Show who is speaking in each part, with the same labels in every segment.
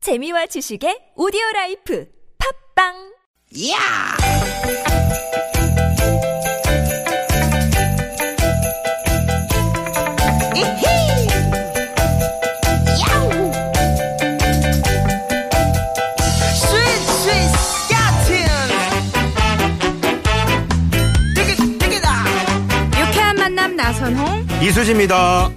Speaker 1: 재미와 지식의 오디오 라이프 팝빵
Speaker 2: 야! 이히! 야우! 스윗, 스윗, 야틴! 띠기, 띠기다!
Speaker 3: 유쾌한 만남 나선홍
Speaker 4: 이수지입니다.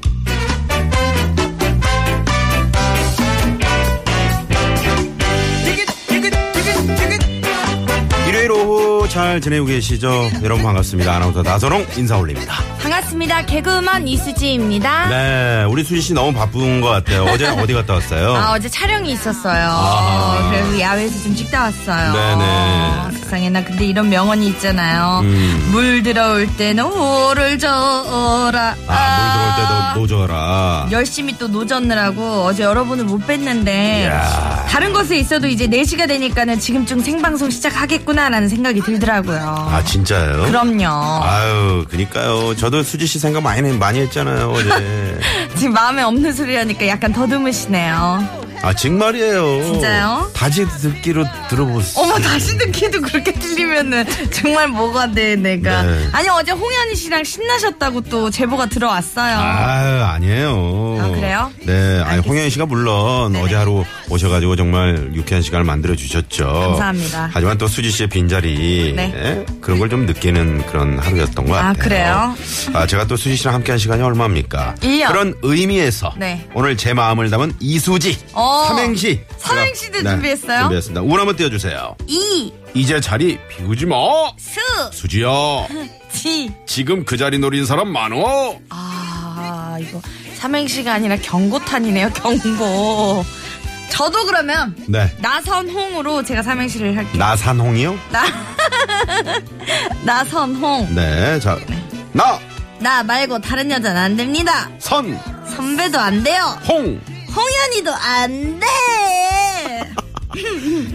Speaker 2: 띠기, 띠기, 띠기, 띠기.
Speaker 4: 일요일 오후 잘 지내고 계시죠? 여러분 반갑습니다. 아나운서 나선홍 인사 올립니다.
Speaker 3: 반갑습니다 개그우먼 이수지입니다
Speaker 4: 네, 우리 수지 씨 너무 바쁜 것 같아요. 어제 어디 갔다
Speaker 3: 아
Speaker 4: 왔어요?
Speaker 3: 어제 촬영이 있었어요
Speaker 4: 아.
Speaker 3: 그래서 야외에서 좀 찍다 왔어요 아,
Speaker 4: 네네.
Speaker 3: 세상에 나 근데 이런 명언이 있잖아요
Speaker 4: 음.
Speaker 3: 물 들어올 때는 오를 저어라
Speaker 4: 아, 물 들어올 때도 노져라.
Speaker 3: 열심히 또 노졌느라고 어제 여러분을 못 뵀는데
Speaker 4: 이야.
Speaker 3: 다른 곳에 있어도 이제 4시가 되니까는 지금쯤 생방송 시작하겠구나라는 생각이 들더라고요
Speaker 4: 아, 진짜요?
Speaker 3: 그럼요
Speaker 4: 아유, 그니까요. 저도 수지 씨 생각 많이, 많이 했잖아요, 어제.
Speaker 3: 지금 마음에 없는 소리라니까 약간 더듬으시네요
Speaker 4: 아, 정말이에요.
Speaker 3: 진짜요?
Speaker 4: 다시 듣기로 들어보세요.
Speaker 3: 어머 다시 듣기도 그렇게 들리면은 정말 뭐가 돼 내가
Speaker 4: 네.
Speaker 3: 아니 어제 홍현희 씨랑 신나셨다고 또 제보가 들어왔어요
Speaker 4: 아유, 아니에요.
Speaker 3: 아, 그래요?
Speaker 4: 네, 아니,
Speaker 3: 알겠습니다.
Speaker 4: 홍현 씨가 물론 어제 하루 오셔가지고 정말 유쾌한 시간을 만들어주셨죠.
Speaker 3: 감사합니다.
Speaker 4: 하지만 또 수지 씨의 빈자리.
Speaker 3: 네.
Speaker 4: 예? 그런 걸 좀 느끼는 그런 하루였던 것 같아요.
Speaker 3: 아, 그래요?
Speaker 4: 아, 제가 또 수지 씨랑 함께 한 시간이 얼마입니까?
Speaker 3: 일 년.
Speaker 4: 그런 의미에서
Speaker 3: 네.
Speaker 4: 오늘 제 마음을 담은 이수지.
Speaker 3: 어.
Speaker 4: 삼행시.
Speaker 3: 삼행시도
Speaker 4: 제가- 네,
Speaker 3: 준비했어요?
Speaker 4: 준비했습니다. 운 한번 띄워주세요.
Speaker 3: 이수지
Speaker 4: 이제 자리 비우지 마. 수지야. 지금 그 자리 노린 사람 많어.
Speaker 3: 아 이거 삼행시가 아니라 경고탄이네요 경고 저도 그러면
Speaker 4: 네.
Speaker 3: 나선홍으로 제가 삼행시를 할게요
Speaker 4: 나산홍이요?
Speaker 3: 나 나선홍
Speaker 4: 네, 자, 나,
Speaker 3: 나 말고 다른 여자는 안 됩니다
Speaker 4: 선,
Speaker 3: 선배도 안 돼요
Speaker 4: 홍.
Speaker 3: 홍현이도 안 돼.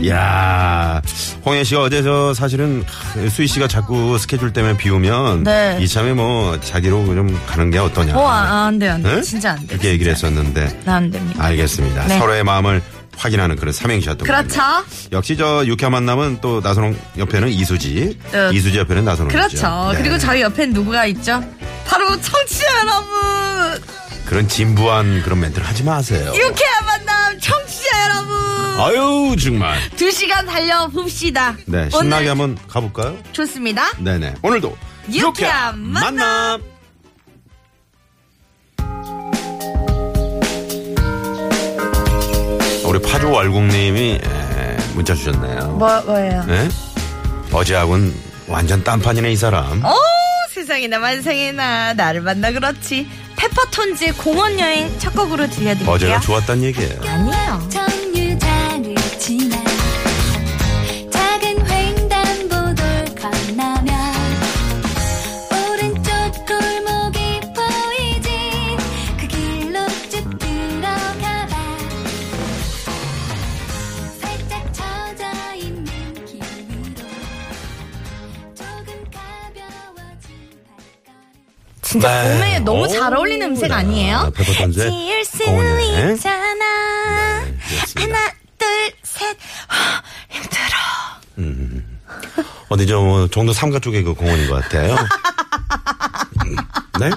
Speaker 4: 야 홍혜 씨가 어제 저 사실은 수희 씨가 자꾸 스케줄 때문에 비우면
Speaker 3: 네.
Speaker 4: 이참에 뭐 자기로 좀 가는 게 어떠냐.
Speaker 3: 어, 아, 안 돼, 안 돼.
Speaker 4: 응?
Speaker 3: 진짜 안 돼.
Speaker 4: 그렇게 얘기를 했었는데
Speaker 3: 나안 됩니다.
Speaker 4: 알겠습니다.
Speaker 3: 네.
Speaker 4: 서로의 마음을 확인하는 그런 삼행시였던
Speaker 3: 그렇죠.
Speaker 4: 거네요. 역시 저 유쾌한 만남은 또 나선홍 옆에는 이수지,
Speaker 3: 어,
Speaker 4: 이수지 옆에는 나선홍이죠.
Speaker 3: 그렇죠.
Speaker 4: 네.
Speaker 3: 그리고 저희 옆엔 누구가 있죠? 바로 청취자 여러분.
Speaker 4: 그런 진부한 그런 멘트를 하지 마세요.
Speaker 3: 유쾌한 만남 청취자 여러분.
Speaker 4: 아유 정말.
Speaker 3: 두 시간 달려봅시다.
Speaker 4: 네, 신나게 한번 가볼까요?
Speaker 3: 좋습니다.
Speaker 4: 네네. 오늘도
Speaker 3: 유쾌한 만남.
Speaker 4: 우리 파주 월국님이 에, 문자 주셨네요.
Speaker 3: 뭐, 뭐예요?
Speaker 4: 예? 어제하고는 완전 딴판이네 이 사람.
Speaker 3: 오, 어, 세상에나 만상에나 나를 만나 그렇지. 페퍼톤즈의 공원 여행 첫 곡으로 들려드릴게요.
Speaker 4: 어제가 좋았단 얘기예요.
Speaker 3: 아니에요.
Speaker 5: 정류장을 지나 작은 횡단보도를 건너면 오른쪽 골목이 보이지 그 길로 쭉 들어가봐 살짝 젖어있는 기분으로 조금 가벼워진 발걸음
Speaker 3: 진짜
Speaker 4: 네.
Speaker 3: 봄에 너무
Speaker 4: 오,
Speaker 3: 잘 어울리는 음색
Speaker 4: 네.
Speaker 3: 아니에요?
Speaker 4: 페퍼톤즈의
Speaker 3: 지을 수
Speaker 4: 공원에.
Speaker 3: 있잖아.
Speaker 4: 네, 그렇습니다.
Speaker 3: 하나, 둘, 셋. 하, 힘들어.
Speaker 4: 어디 저 정도 뭐, 삼가 쪽에 그 공원인 것 같아요. 음, 네?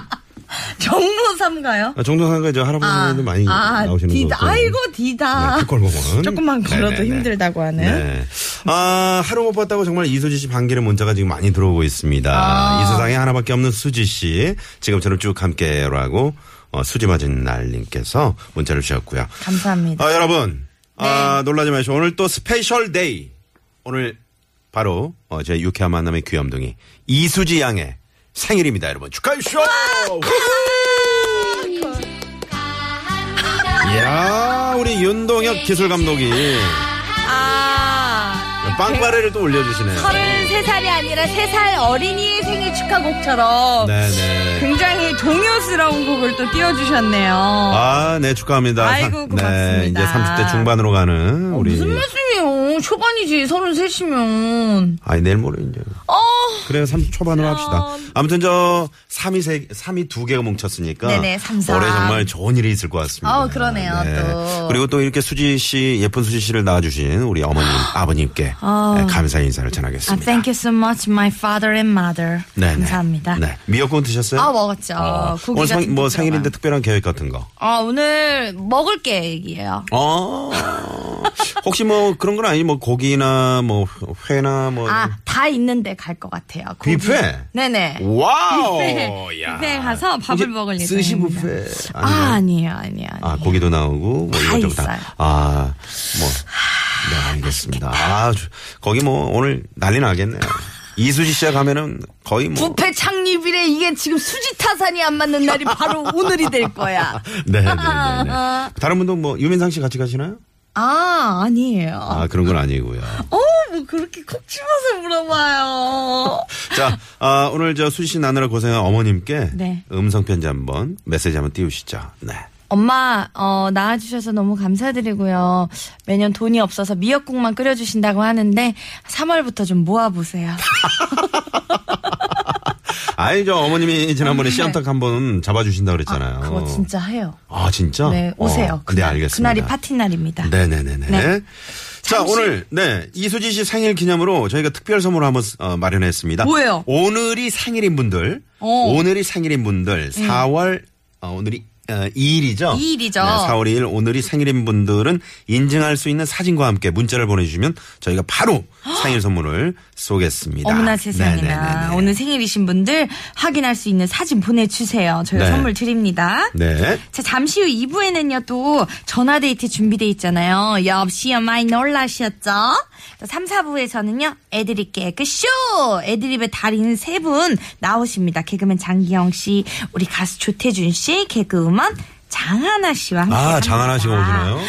Speaker 3: 정로삼가요?
Speaker 4: 아, 정도 삼가 저 할아버지도 많이 나오시는 거
Speaker 3: 디다.
Speaker 4: 같아요.
Speaker 3: 아이고, 디다.
Speaker 4: 네, 특골공원.
Speaker 3: 조금만 걸어도
Speaker 4: 네네네.
Speaker 3: 힘들다고 하는.
Speaker 4: 네. 아, 하루 못 봤다고 정말 이수지 씨 반기는 문자가 지금 많이 들어오고 있습니다. 이 세상에 하나밖에 없는 수지 씨. 지금처럼 쭉 함께라고 어, 수지 맞은 날님께서 문자를 주셨고요.
Speaker 3: 감사합니다.
Speaker 4: 아, 여러분. 아, 놀라지 마시고 오늘 또 스페셜 데이. 오늘 바로 어, 제 유쾌한 만남의 귀염둥이 이수지 양의 생일입니다, 여러분. 축하해 주쇼! 이야, 우리 윤동혁 기술 감독이
Speaker 3: 아,
Speaker 4: 빵빠레를 또 올려주시네요.
Speaker 3: 33살이 아니라 3살 어린이의 생일 축하곡처럼
Speaker 4: 네네.
Speaker 3: 굉장히 동요스러운 곡을 또 띄워주셨네요.
Speaker 4: 아, 네, 축하합니다.
Speaker 3: 아이고,
Speaker 4: 삼-
Speaker 3: 고맙습니다. 어,
Speaker 4: 네, 이제 30대 중반으로 가는 우리.
Speaker 3: 무슨 말씀이에요? 초반이지 33이면
Speaker 4: 아니, 내일 모레 이제.
Speaker 3: 어
Speaker 4: 그래, 3 초반으로 합시다. 아무튼 저, 3이 세, 3이 두 개가 뭉쳤으니까.
Speaker 3: 네네, 삼, 삼.
Speaker 4: 올해 정말 좋은 일이 있을 것 같습니다.
Speaker 3: 어, 그러네요, 또.
Speaker 4: 그리고 또 이렇게 수지 씨, 예쁜 수지 씨를 낳아주신 우리 어머님, 아버님께 네, 감사 인사를
Speaker 3: 아,
Speaker 4: 전하겠습니다.
Speaker 3: thank you so much, my father and mother.
Speaker 4: 네네.
Speaker 3: 감사합니다.
Speaker 4: 네. 미역국은 드셨어요?
Speaker 3: 아, 먹었죠. 고기가
Speaker 4: 오늘 생,
Speaker 3: 듬뿍
Speaker 4: 뭐 생일인데
Speaker 3: 들어간.
Speaker 4: 특별한 계획 같은 거.
Speaker 3: 아, 오늘 먹을 계획이에요.
Speaker 4: 어. 혹시 뭐 그런 건 아니 뭐 고기나 뭐 회나 뭐
Speaker 3: 아, 다 있는데 갈 것 같아요. 고기.
Speaker 4: 뷔페?
Speaker 3: 네네.
Speaker 4: 와우.
Speaker 3: 뷔페,
Speaker 4: 야.
Speaker 3: 뷔페 가서 밥을
Speaker 4: 혹시
Speaker 3: 먹을 예정입니다.
Speaker 4: 스시 뷔페.
Speaker 3: 아,
Speaker 4: 아니면-
Speaker 3: 아니에요, 아니에요. 아니에요.
Speaker 4: 아, 고기도 나오고 뭐
Speaker 3: 다
Speaker 4: 이것저것 다.
Speaker 3: 있어요.
Speaker 4: 아, 뭐. 네, 알겠습니다. 아, 주- 거기 뭐 오늘 난리 나겠네요. 이수지 씨가 가면은 거의 뭐
Speaker 3: 부패 창립일에 이게 지금 수지 타산이 안 맞는 날이 바로 오늘이 될 거야.
Speaker 4: 네, 네, 네, 네. 다른 분도 뭐 유민상 씨 같이 가시나요?
Speaker 3: 아, 아니에요.
Speaker 4: 아, 그런 건 아니고요.
Speaker 3: 어, 뭐 그렇게 콕 집어서 물어봐요.
Speaker 4: 자, 아, 오늘 저 수지 씨 나느라 고생한 어머님께
Speaker 3: 네.
Speaker 4: 음성 편지 한번 메시지 한번 띄우시죠. 네.
Speaker 3: 엄마, 어, 낳아주셔서 너무 감사드리고요. 매년 돈이 없어서 미역국만 끓여주신다고 하는데, 3월부터 좀 모아보세요.
Speaker 4: 아니 저 어머님이 지난번에 씨암탉 한 번 잡아주신다 그랬잖아요.
Speaker 3: 아, 네. 그거 진짜 해요.
Speaker 4: 아, 진짜?
Speaker 3: 네, 오세요.
Speaker 4: 어, 네
Speaker 3: 그날,
Speaker 4: 알겠습니다.
Speaker 3: 그날이 파티날입니다.
Speaker 4: 네네네네.
Speaker 3: 네.
Speaker 4: 자
Speaker 3: 잠시-
Speaker 4: 오늘 네 이수지 씨 생일 기념으로 저희가 특별 선물 을 한번 어, 마련했습니다.
Speaker 3: 뭐예요?
Speaker 4: 오늘이 생일인 분들,
Speaker 3: 어. 예.
Speaker 4: 오늘이 생일인 분들, 4월 어, 오늘이 어, 2일이죠.
Speaker 3: 이일이죠.
Speaker 4: 4월 2일 오늘이 생일인 분들은 인증할 수 있는 사진과 함께 문자를 보내주시면 저희가 바로 생일 선물을 쏘겠습니다.
Speaker 3: 어머나 세상에나.
Speaker 4: 아, 네네네네.
Speaker 3: 오늘 생일이신 분들 확인할 수 있는 사진 보내주세요. 저희가
Speaker 4: 네.
Speaker 3: 선물 드립니다.
Speaker 4: 네.
Speaker 3: 자, 잠시 후 2부에는요, 또, 전화데이트 준비돼 있잖아요. 역시요, 많이 놀라셨죠? 또 3, 4부에서는요, 애드립 개그쇼! 애드립의 달인 세 분 나오십니다. 개그맨 장기영 씨, 우리 가수 조태준 씨, 개그우먼 장하나 씨와 함께.
Speaker 4: 아
Speaker 3: 합니다.
Speaker 4: 장하나 씨가 오시나요?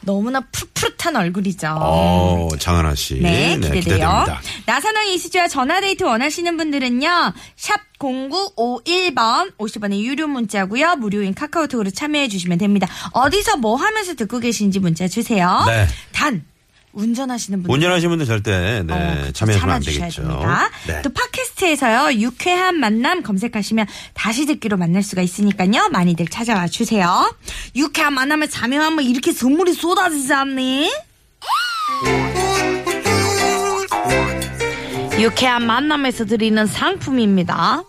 Speaker 3: 너무나 푸릇푸릇한 얼굴이죠.
Speaker 4: 어 장하나 씨.
Speaker 3: 네, 기대돼요.
Speaker 4: 기대됩니다.
Speaker 3: 나선홍 이수지와 전화데이트 원하시는 분들은요. 샵 0951번 50원의 유료 문자고요. 무료인 카카오톡으로 참여해 주시면 됩니다. 어디서 뭐 하면서 듣고 계신지 문자 주세요.
Speaker 4: 네.
Speaker 3: 단 운전하시는 분들
Speaker 4: 운전하시는 분들 절대 네,
Speaker 3: 음. 어,
Speaker 4: 참여해서는 안
Speaker 3: 참아주셔야
Speaker 4: 되겠죠.
Speaker 3: 됩니다.
Speaker 4: 네.
Speaker 3: 또 팟캐스트에서요 유쾌한 만남 검색하시면 다시 듣기로 만날 수가 있으니까요 많이들 찾아와 주세요. 유쾌한 만남에 참여하면 이렇게 선물이 쏟아지지 않니? 유쾌한 만남에서 드리는 상품입니다.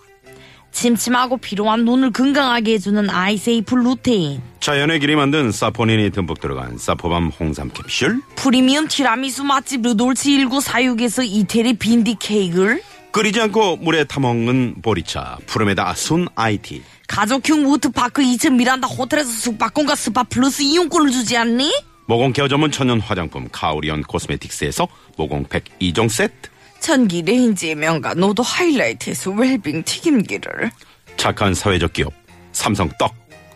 Speaker 3: 침침하고 피로한 눈을 건강하게 해주는 아이세이프 루테인.
Speaker 4: 자연의 길이 만든 사포닌이 듬뿍 들어간 사포밤 홍삼 캡슐
Speaker 3: 프리미엄 티라미수 맛집 르돌치 1946에서 이태리 빈디 케이크를
Speaker 4: 끓이지 않고 물에 타먹는 보리차 푸르메다 순 아이티
Speaker 3: 가족형 워터파크 2층 미란다 호텔에서 숙박권과 스파 플러스 이용권을 주지 않니?
Speaker 4: 모공 케어 전문 천연 화장품 카오리언 코스메틱스에서 모공팩 2종 세트
Speaker 3: 전기 레인지의 명가 노도 하이라이트에서 웰빙 튀김기를
Speaker 4: 착한 사회적 기업 삼성 떡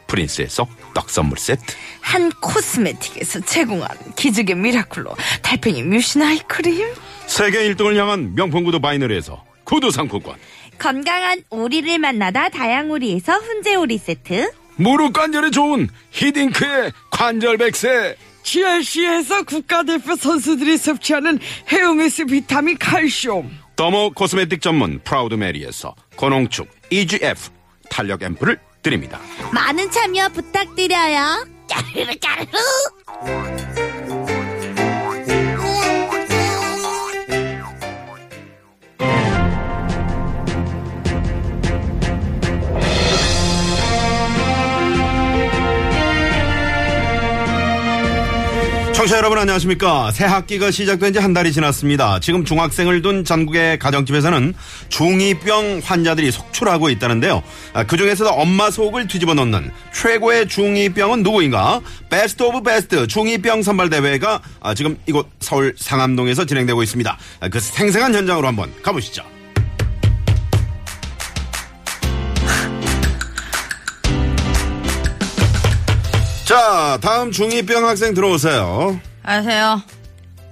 Speaker 4: 프린스에서 떡 선물 세트
Speaker 3: 한 코스메틱에서 제공한 기적의 미라클로 달팽이 뮤신 아이크림
Speaker 4: 세계 1등을 향한 명품 구두 바이너리에서 구두 상품권
Speaker 3: 건강한 오리를 만나다 다양오리에서 훈제오리 세트
Speaker 4: 무릎 관절에 좋은 히딩크의 관절 백세
Speaker 6: GRC에서 국가대표 선수들이 섭취하는 헤어메스 비타민 칼슘
Speaker 4: 더모 코스메틱 전문 프라우드 메리에서 고농축 EGF 탄력 앰플을 드립니다.
Speaker 3: 많은 참여 부탁드려요
Speaker 4: 청취자 여러분 안녕하십니까. 새 학기가 시작된 지 한 달이 지났습니다. 지금 중학생을 둔 전국의 가정집에서는 중이병 환자들이 속출하고 있다는데요. 아, 그중에서도 엄마 속을 뒤집어 놓는 최고의 중이병은 누구인가? 베스트 오브 베스트 중이병 선발 대회가 아, 지금 이곳 서울 상암동에서 진행되고 있습니다. 아, 그 생생한 현장으로 한번 가보시죠. 자, 다음 중이병 학생 들어오세요.
Speaker 3: 안녕하세요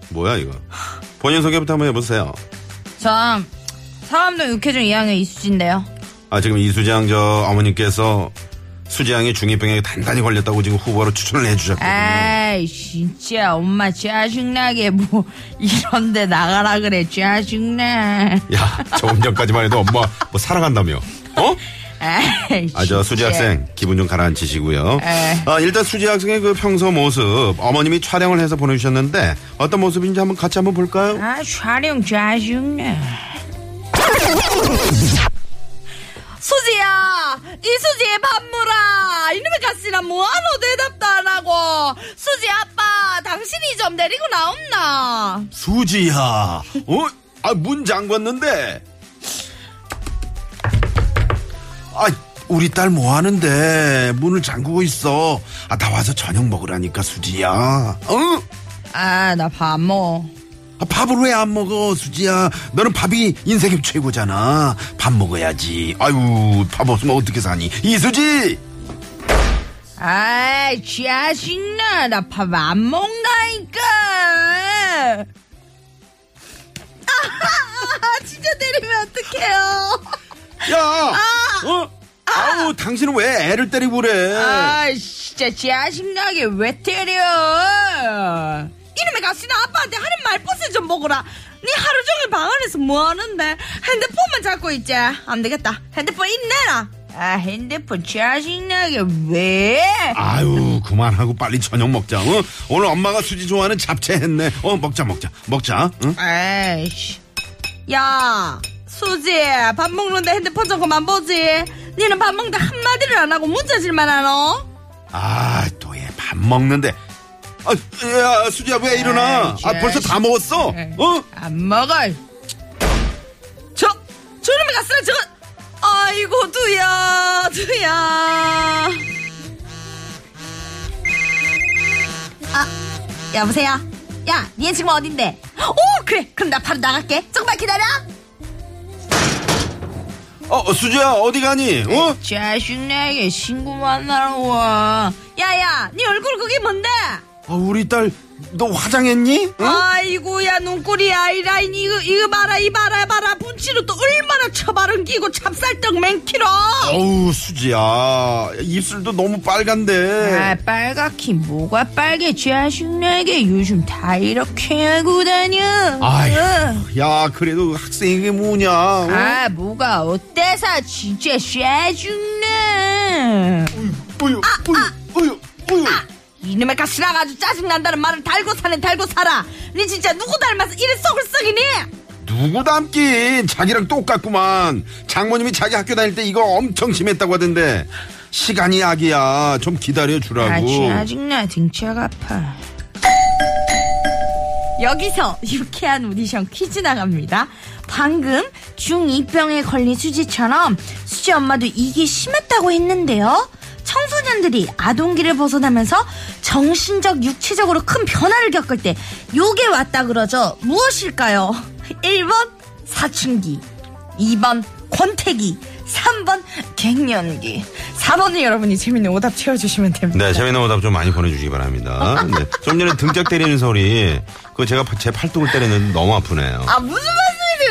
Speaker 4: 뭐야 이거? 본인 소개부터 한번 해보세요.
Speaker 3: 전 사암동 육회중 2학년 이수진인데요
Speaker 4: 아 지금 이수장 저 어머님께서 수지양이 중이병에 단단히 걸렸다고 지금 후보로 추천을 해주셨거든요.
Speaker 3: 에이 진짜 엄마 짜증나게 뭐 이런데 나가라 그래 짜증나
Speaker 4: 야, 조금 전까지만 해도 엄마 뭐 사랑한다며. 어?
Speaker 3: 에이
Speaker 4: 아, 저 수지
Speaker 3: 진짜.
Speaker 4: 학생 기분 좀 가라앉히시고요.
Speaker 3: 에.
Speaker 4: 아, 일단 수지 학생의 그 평소 모습 어머님이 촬영을 해서 보내주셨는데 어떤 모습인지 한번 같이 한번 볼까요?
Speaker 3: 아 촬영 짜증나 수지야 이수지의 밥 물아 이놈의 가시나 뭐하노 대답도 안 하고 수지 아빠 당신이 좀 데리고 나옵나
Speaker 4: 수지야, 어? 아, 문 잠궜는데. 아, 우리 딸 뭐 하는데 문을 잠그고 있어. 아, 나와서 저녁 먹으라니까 수지야. 어?
Speaker 3: 아 나 밥 먹어
Speaker 4: 아, 밥을 왜 안 먹어, 수지야? 너는 밥이 인생의 최고잖아. 밥 먹어야지. 아유, 밥 없으면 어떻게 사니? 이수지!
Speaker 3: 아이 짜증나 나 밥 안 먹는다니까 아 진짜 때리면 어떡해요
Speaker 4: 야! 어? 아우, 당신은 왜 애를 때리고 그래?
Speaker 3: 아 진짜 짜증나게 왜 때려 이놈의 가시나 아빠한테 하는 말버스 좀 먹어라 네 하루 종일 방 안에서 뭐 하는데 핸드폰만 잡고 있지 안 되겠다 핸드폰 인내라 아 핸드폰 짜증나게 왜
Speaker 4: 아유, 그만하고 빨리 저녁 먹자. 어? 오늘 엄마가 수지 좋아하는 잡채 했네. 어, 먹자, 먹자. 먹자. 응?
Speaker 3: 에이씨. 야, 수지, 밥 먹는데 핸드폰 좀 그만 보지. 니는 밥 먹는데 한마디를 안 하고 문자질만 하노?
Speaker 4: 아, 또 얘 밥 먹는데. 아, 야, 수지야, 왜 일어나?
Speaker 3: 아이,
Speaker 4: 아, 벌써 다
Speaker 3: 자식.
Speaker 4: 먹었어? 어?
Speaker 3: 안 먹어. 저, 저놈이 갔어, 저. 아이고, 두야, 두야. 아, 아, 여보세요? 야, 얘 지금 어딘데? 오, 그래. 그럼 나 바로 나갈게. 조금만 기다려.
Speaker 4: 어, 수지야, 어디 가니? 어?
Speaker 3: 자식내게 친구 만나러 와. 야야, 네 얼굴 그게 뭔데?
Speaker 4: 아, 우리 딸 너 화장했니?
Speaker 3: 아이고야 눈꼬리 아이라인 이거 이거 봐라 이 봐라 봐라 분치로 또 얼마나 처바른 끼고 찹쌀떡 맹키로.
Speaker 4: 어우 수지야 입술도 너무 빨간데
Speaker 3: 아, 빨갛기 뭐가 빨개 자식내게 요즘 다 이렇게 하고 다녀.
Speaker 4: 아휴. 야 그래도 학생이 그게 뭐냐 어?
Speaker 3: 아. 뭐가 어때서 진짜 짜증내.
Speaker 4: 어휴 어휴 어휴
Speaker 3: 이놈의 가시락 아주 짜증난다는 말을 달고 사는 달고 살아. 니 진짜 누구 닮아서 이래 썩을 썩이니?
Speaker 4: 누구 닮긴 자기랑 똑같구만 장모님이 자기 학교 다닐 때 이거 엄청 심했다고 하던데 시간이 약이야 좀 기다려 주라고
Speaker 3: 나 등치가 아파. 여기서 유쾌한 오디션 퀴즈 나갑니다. 방금 중2병에 걸린 수지처럼 수지 엄마도 이게 심했다고 했는데요. 청소년들이 아동기를 벗어나면서 정신적, 육체적으로 큰 변화를 겪을 때 요게 왔다 그러죠. 무엇일까요? 1번 사춘기, 2번 권태기, 3번 갱년기. 4번은 여러분이 재밌는 오답 채워주시면 됩니다.
Speaker 4: 네, 재밌는 오답 좀 많이 보내주시기 바랍니다. 네. 좀 전에 등짝 때리는 소리, 그 제가 제 팔뚝을 때리는데 너무 아프네요.
Speaker 3: 아 무슨 말씀이세요?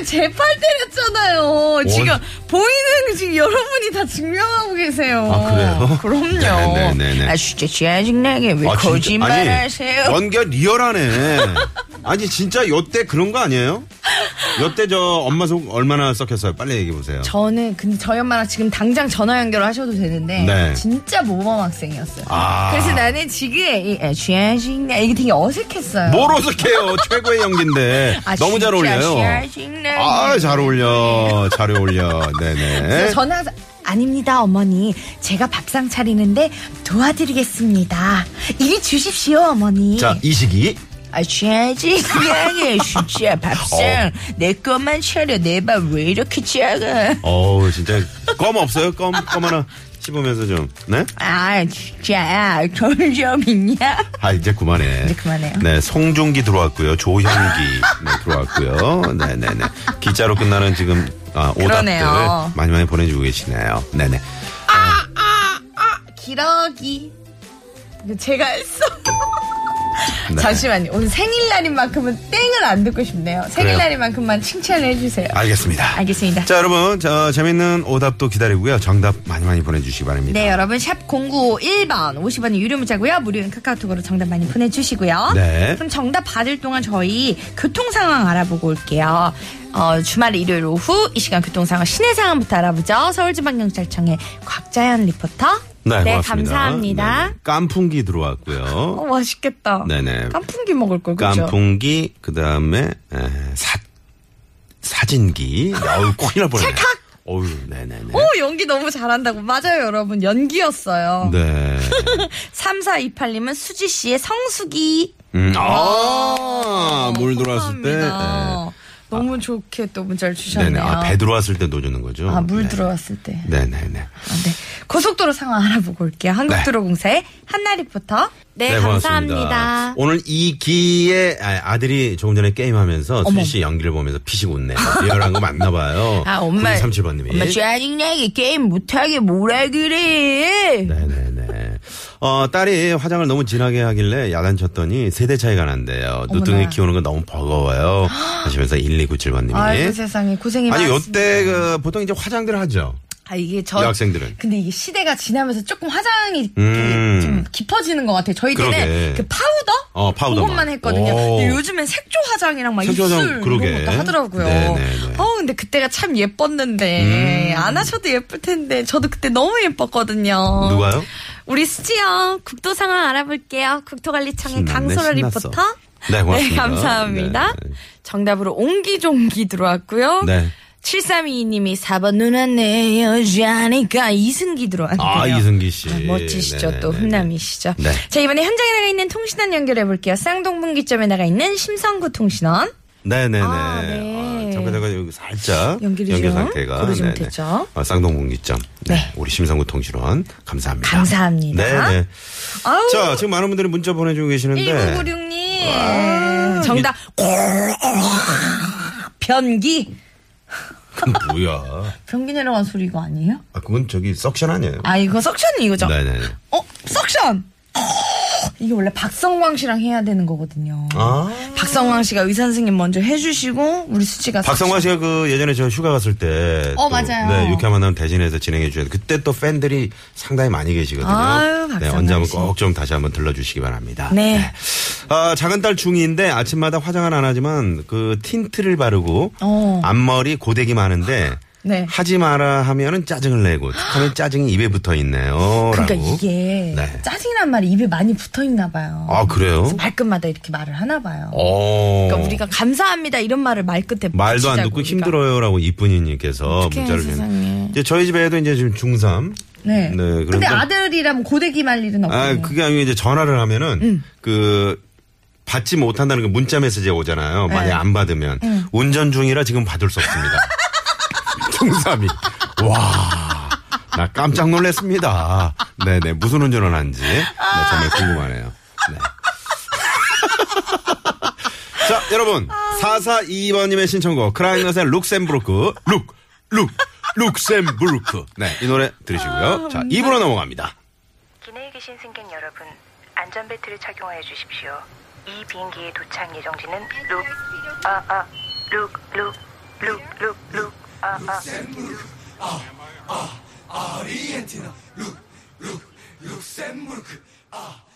Speaker 3: 제 팔 때렸잖아요. 지금 보이는 지금 여러분이 다 증명하고 계세요.
Speaker 4: 아, 그래요?
Speaker 3: 그럼요.
Speaker 4: 네, 네, 네, 네.
Speaker 3: 아 진짜 짜증나게 왜
Speaker 4: 아, 진짜. 아니, 어?
Speaker 3: 거짓말하세요?
Speaker 4: 연결 리얼하네. 아니 진짜 요때 그런 거 아니에요? 요때 저 엄마 속 얼마나 썩혔어요? 빨리 얘기해 보세요.
Speaker 3: 저는 근데 저희 엄마랑 지금 당장 전화 연결을 하셔도 되는데
Speaker 4: 네.
Speaker 3: 진짜 모범 학생이었어요.
Speaker 4: 아.
Speaker 3: 그래서 나는 지금 이 아, 짜증나 이게 되게 어색했어요.
Speaker 4: 뭘 어색해요? 최고의 연기인데
Speaker 3: 아,
Speaker 4: 뭐? 너무 잘
Speaker 3: 진짜
Speaker 4: 어울려요.
Speaker 3: 짜증나게.
Speaker 4: 아 잘 어울려, 잘 어울려. 네네.
Speaker 3: 그래서 저는 항상 아닙니다 어머니 제가 밥상 차리는데 도와드리겠습니다 이리 주십시오 어머니
Speaker 4: 자 이 시기
Speaker 3: 아 짜지 그게 진짜
Speaker 4: 어.
Speaker 3: 밥상 내 것만 차려 내 밥 왜 이렇게 작아
Speaker 4: 어우 진짜 껌 없어요? 껌 껌 하나 씹으면서 좀 네?
Speaker 3: 아 진짜 돈좀 있냐
Speaker 4: 아 이제 그만해.
Speaker 3: 이제 그만해요.
Speaker 4: 네, 송중기 들어왔고요. 조형기 네, 들어왔고요. 네, 네, 네. 기자로 끝나는 지금 아, 오답들
Speaker 3: 그러네요.
Speaker 4: 많이 많이 보내주고 계시네요. 네, 네.
Speaker 3: 기러기 제가 했어
Speaker 4: 네.
Speaker 3: 잠시만요. 오늘 생일날인 만큼은 땡을 안 듣고 싶네요. 생일날인 만큼만 칭찬을 해주세요.
Speaker 4: 알겠습니다.
Speaker 3: 알겠습니다.
Speaker 4: 자, 여러분, 저, 재밌는 오답도 기다리고요. 정답 많이 많이 보내주시기 바랍니다.
Speaker 3: 네, 여러분 샵 0951번 50원이 유료 문자고요. 무료인 카카오톡으로 정답 많이 보내주시고요.
Speaker 4: 네.
Speaker 3: 그럼 정답 받을 동안 저희 교통 상황 알아보고 올게요. 어, 주말 일요일 오후 이 시간 교통 상황 시내 상황부터 알아보죠. 서울지방경찰청의 곽자연 리포터.
Speaker 4: 네, 고맙습니다.
Speaker 3: 감사합니다.
Speaker 4: 네, 깐풍기
Speaker 3: 어,
Speaker 4: 들어왔고요.
Speaker 3: 맛있겠다.
Speaker 4: 네네.
Speaker 3: 깐풍기 먹을 걸 그죠?
Speaker 4: 깐풍기, 그 다음에, 사, 사진기. 어우, 큰일 날 뻔했네.
Speaker 3: 찰칵!
Speaker 4: 어우, 네네네.
Speaker 3: 오 연기 너무 잘한다고 맞아요 여러분 연기였어요.
Speaker 4: 네.
Speaker 3: 3428님은 수지 씨의 성수기.
Speaker 4: 음, 아, 물 들어왔을 때.
Speaker 3: 감사합니다. 너무 좋게 또 문자를
Speaker 4: 네. 네네.
Speaker 3: 주셨네요.
Speaker 4: 아, 배 들어왔을 때 놓는 거죠.
Speaker 3: 아, 물
Speaker 4: 네.
Speaker 3: 들어왔을 때.
Speaker 4: 네네네.
Speaker 3: 아, 네. 고속도로 상황 알아보고 올게요.
Speaker 4: 네.
Speaker 3: 한국도로공사의 한나 리포터.
Speaker 4: 고맙습니다. 오늘 이 기에 아, 아들이 조금 전에 게임하면서 수지 씨 연기를 보면서 피식 웃네요. 리얼한 거 맞나 봐요.
Speaker 3: 아, 엄마.
Speaker 4: 37번님이.
Speaker 3: 엄마 짜증나게 게임 못하게 뭐라 그래.
Speaker 4: 네네네. 어, 딸이 화장을 너무 진하게 하길래 야단쳤더니 세대 차이가 난대요.
Speaker 3: 어머나.
Speaker 4: 누뚱이 키우는 건 너무 버거워요. 하시면서 1297번님이.
Speaker 3: 아이고 세상에 고생이
Speaker 4: 네. 아니,
Speaker 3: 많습니다.
Speaker 4: 요때 그 보통 이제 화장들 하죠.
Speaker 3: 아 이게 저
Speaker 4: 여학생들은.
Speaker 3: 근데 이게 시대가 지나면서 조금 화장이 이렇게
Speaker 4: 음.
Speaker 3: 네. 좀 깊어지는 것 같아요. 저희 때는
Speaker 4: 그러게.
Speaker 3: 그 파우더,
Speaker 4: 어, 파우더만.
Speaker 3: 그것만 했거든요.
Speaker 4: 오.
Speaker 3: 근데 요즘엔 색조 화장이랑 막
Speaker 4: 색조 화장,
Speaker 3: 입술
Speaker 4: 그러게.
Speaker 3: 이런 것도 하더라고요.
Speaker 4: 네네네. 음.
Speaker 3: 어 근데 그때가 참 예뻤는데 안 하셔도 예쁠 텐데 저도 그때 너무 예뻤거든요.
Speaker 4: 누가요?
Speaker 3: 우리 수지요. 국도 상황 알아볼게요. 국토관리청의
Speaker 4: 신났네,
Speaker 3: 강소라
Speaker 4: 신났어.
Speaker 3: 리포터.
Speaker 4: 네, 고맙습니다.
Speaker 3: 감사합니다.
Speaker 4: 네.
Speaker 3: 정답으로 옹기종기 들어왔고요.
Speaker 4: 네.
Speaker 3: 7322님이 4번 누나네 여자니까 이승기 들어왔네요.
Speaker 4: 아, 이승기 씨.
Speaker 3: 아, 멋지시죠. 또
Speaker 4: 네네네네.
Speaker 3: 훈남이시죠.
Speaker 4: 네.
Speaker 3: 자, 이번에 현장에 나가 있는 통신원 연결해 볼게요. 쌍동분기점에 나가 있는 심성구 통신원.
Speaker 4: 네네네.
Speaker 3: 아, 네.
Speaker 4: 아, 잠깐 잠깐 여기 살짝
Speaker 3: 연결이 좀
Speaker 4: 연결 상태가
Speaker 3: 고르시면 됐죠.
Speaker 4: 아, 쌍동분기점. 네.
Speaker 3: 네.
Speaker 4: 우리 심성구 통신원 감사합니다.
Speaker 3: 감사합니다.
Speaker 4: 네네.
Speaker 3: 아우.
Speaker 4: 자 지금 많은 분들이 문자 보내주고 계시는데
Speaker 3: 1996님. 정답. 변기.
Speaker 4: 그건 뭐야?
Speaker 3: 변기 내려간 소리 이거 아니에요?
Speaker 4: 아 그건 저기 석션 아니에요?
Speaker 3: 아, 이거 석션이 이거죠?
Speaker 4: 네네.
Speaker 3: 어, 석션! 이게 원래 박성광 씨랑 해야 되는 거거든요.
Speaker 4: 아.
Speaker 3: 박성광 씨가 의사 선생님 먼저 해주시고 우리 수지가
Speaker 4: 박성화 씨가 그 예전에 저 휴가 갔을 때.
Speaker 3: 어,
Speaker 4: 또,
Speaker 3: 맞아요.
Speaker 4: 네, 유쾌한 만남 대신해서 진행해 주셨는데 그때 또 팬들이 상당히 많이 계시거든요.
Speaker 3: 아유,
Speaker 4: 네,
Speaker 3: 박성화
Speaker 4: 언제 한번
Speaker 3: 씨.
Speaker 4: 꼭 좀 다시 한번 들러주시기 바랍니다.
Speaker 3: 네.
Speaker 4: 아, 작은 딸 중이인데 아침마다 화장은 안 하지만 그 틴트를 바르고
Speaker 3: 어.
Speaker 4: 앞머리 고데기 많은데
Speaker 3: 네.
Speaker 4: 하지 마라 하면은 짜증을 내고 특하면 짜증이 입에 붙어 있네요.
Speaker 3: 그러니까
Speaker 4: 라고.
Speaker 3: 이게
Speaker 4: 네.
Speaker 3: 짜증이란 말이 입에 많이 붙어 있나 봐요.
Speaker 4: 아 그래요?
Speaker 3: 그래서 말끝마다 이렇게 말을 하나 봐요.
Speaker 4: 어.
Speaker 3: 그러니까 우리가 감사합니다 이런 말을 말끝에
Speaker 4: 말도 안
Speaker 3: 붙이자고
Speaker 4: 듣고
Speaker 3: 우리가.
Speaker 4: 힘들어요라고 이쁜이님께서
Speaker 3: 어떡해,
Speaker 4: 문자를
Speaker 3: 세상에.
Speaker 4: 주셨는데 이제 저희 집에도 이제 지금 중3.
Speaker 3: 네.
Speaker 4: 그런데
Speaker 3: 근데 아들이라면 네. 고데기 말 일은
Speaker 4: 아,
Speaker 3: 없거든요.
Speaker 4: 그게 아니고 이제 전화를 하면은
Speaker 3: 음.
Speaker 4: 그 받지 못한다는 그 문자 메시지가
Speaker 3: 네.
Speaker 4: 오잖아요. 만약 안 받으면
Speaker 3: 음.
Speaker 4: 운전 중이라 지금 받을 수 없습니다. 중3이 와. 나 깜짝 놀랐습니다. 네네. 무슨 운전을 하는지. 네, 정말 궁금하네요. 네. 자, 여러분. 442번님의 신청곡. 크라잉넛의 룩셈부르크. 룩, 룩, 룩셈부르크. 네. 이 노래 들으시고요. 자, 2부로 넘어갑니다.
Speaker 7: 기내에 계신 승객 여러분, 안전벨트를 착용하여 주십시오. 이 비행기의 도착 예정지는 룩, 아, 아, 룩, 룩, 룩, 룩, 룩, 아, 아.
Speaker 8: 아르헨티나 룩, 룩, 룩셈부르크 아,